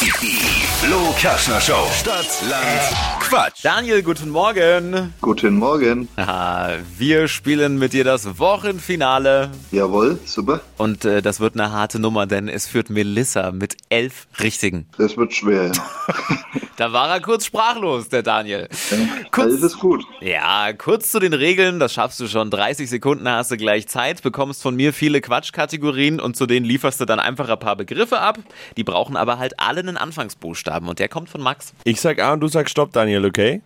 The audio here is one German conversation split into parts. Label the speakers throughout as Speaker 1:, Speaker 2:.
Speaker 1: Die Flo Kaschner Show. Stadt, Land,
Speaker 2: Äh,
Speaker 1: Quatsch.
Speaker 3: Daniel, guten Morgen.
Speaker 4: Guten Morgen.
Speaker 3: Haha, Ah, wir spielen mit dir das Wochenfinale.
Speaker 4: Jawohl, super.
Speaker 3: Und äh, das wird eine harte Nummer, denn es führt Melissa mit elf Richtigen.
Speaker 4: Das wird schwer.
Speaker 3: Da war er kurz sprachlos, der Daniel.
Speaker 4: Alles ist gut.
Speaker 3: Ja, kurz zu den Regeln, das schaffst du schon. 30 Sekunden hast du gleich Zeit, bekommst von mir viele Quatschkategorien und zu denen lieferst du dann einfach ein paar Begriffe ab. Die brauchen aber halt alle einen Anfangsbuchstaben und der kommt von Max.
Speaker 2: Ich sag A und du sagst Stopp, Daniel, okay?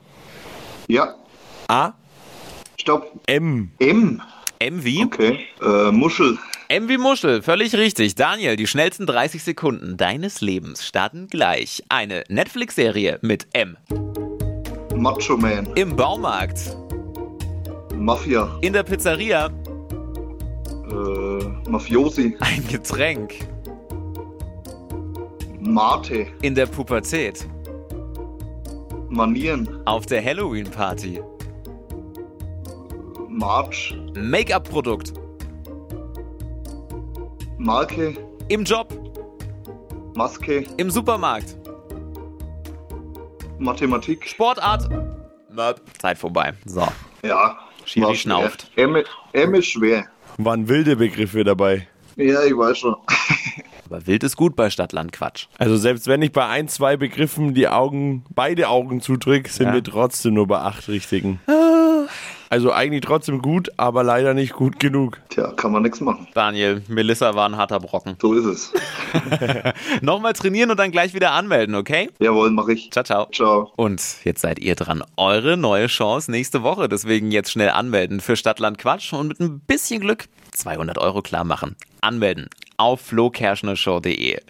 Speaker 4: Ja,
Speaker 2: A,
Speaker 4: stopp.
Speaker 2: M.
Speaker 4: M.
Speaker 3: M wie?
Speaker 4: Okay. Äh, Muschel.
Speaker 3: M wie Muschel, völlig richtig. Daniel, die schnellsten 30 Sekunden deines Lebens starten gleich. Eine Netflix-Serie mit M.
Speaker 4: Macho Man.
Speaker 3: Im Baumarkt,
Speaker 4: Mafia.
Speaker 3: in der Pizzeria,
Speaker 4: Äh, Mafiosi.
Speaker 3: ein Getränk,
Speaker 4: Mate.
Speaker 3: in der Pubertät,
Speaker 4: Manieren.
Speaker 3: auf der Halloween-Party,
Speaker 4: March.
Speaker 3: Make-up-Produkt,
Speaker 4: Marke.
Speaker 3: im Job,
Speaker 4: Maske.
Speaker 3: im Supermarkt,
Speaker 4: Mathematik.
Speaker 3: Sportart. Na, Zeit vorbei. So.
Speaker 4: Ja.
Speaker 3: Schiri
Speaker 4: war schwer.
Speaker 3: schnauft.
Speaker 4: M, M ist schwer.
Speaker 2: Waren wilde Begriffe dabei.
Speaker 4: Ja, ich weiß schon.
Speaker 3: Aber wild ist gut bei Stadtland Quatsch.
Speaker 2: Also selbst wenn ich bei ein, zwei Begriffen die Augen, beide Augen zudrück, sind
Speaker 3: Ja.
Speaker 2: wir trotzdem nur bei acht richtigen. Also eigentlich trotzdem gut, aber leider nicht gut genug.
Speaker 4: Tja, kann man nichts machen.
Speaker 3: Daniel, Melissa war ein harter Brocken.
Speaker 4: So ist es.
Speaker 3: Nochmal trainieren und dann gleich wieder anmelden, okay?
Speaker 4: Jawohl, mache ich.
Speaker 3: Ciao, ciao.
Speaker 4: Ciao.
Speaker 3: Und jetzt seid ihr dran. Eure neue Chance nächste Woche. Deswegen jetzt schnell anmelden für Stadtland Quatsch und mit ein bisschen Glück 200 Euro klar machen. Anmelden auf flokerschnershow.de.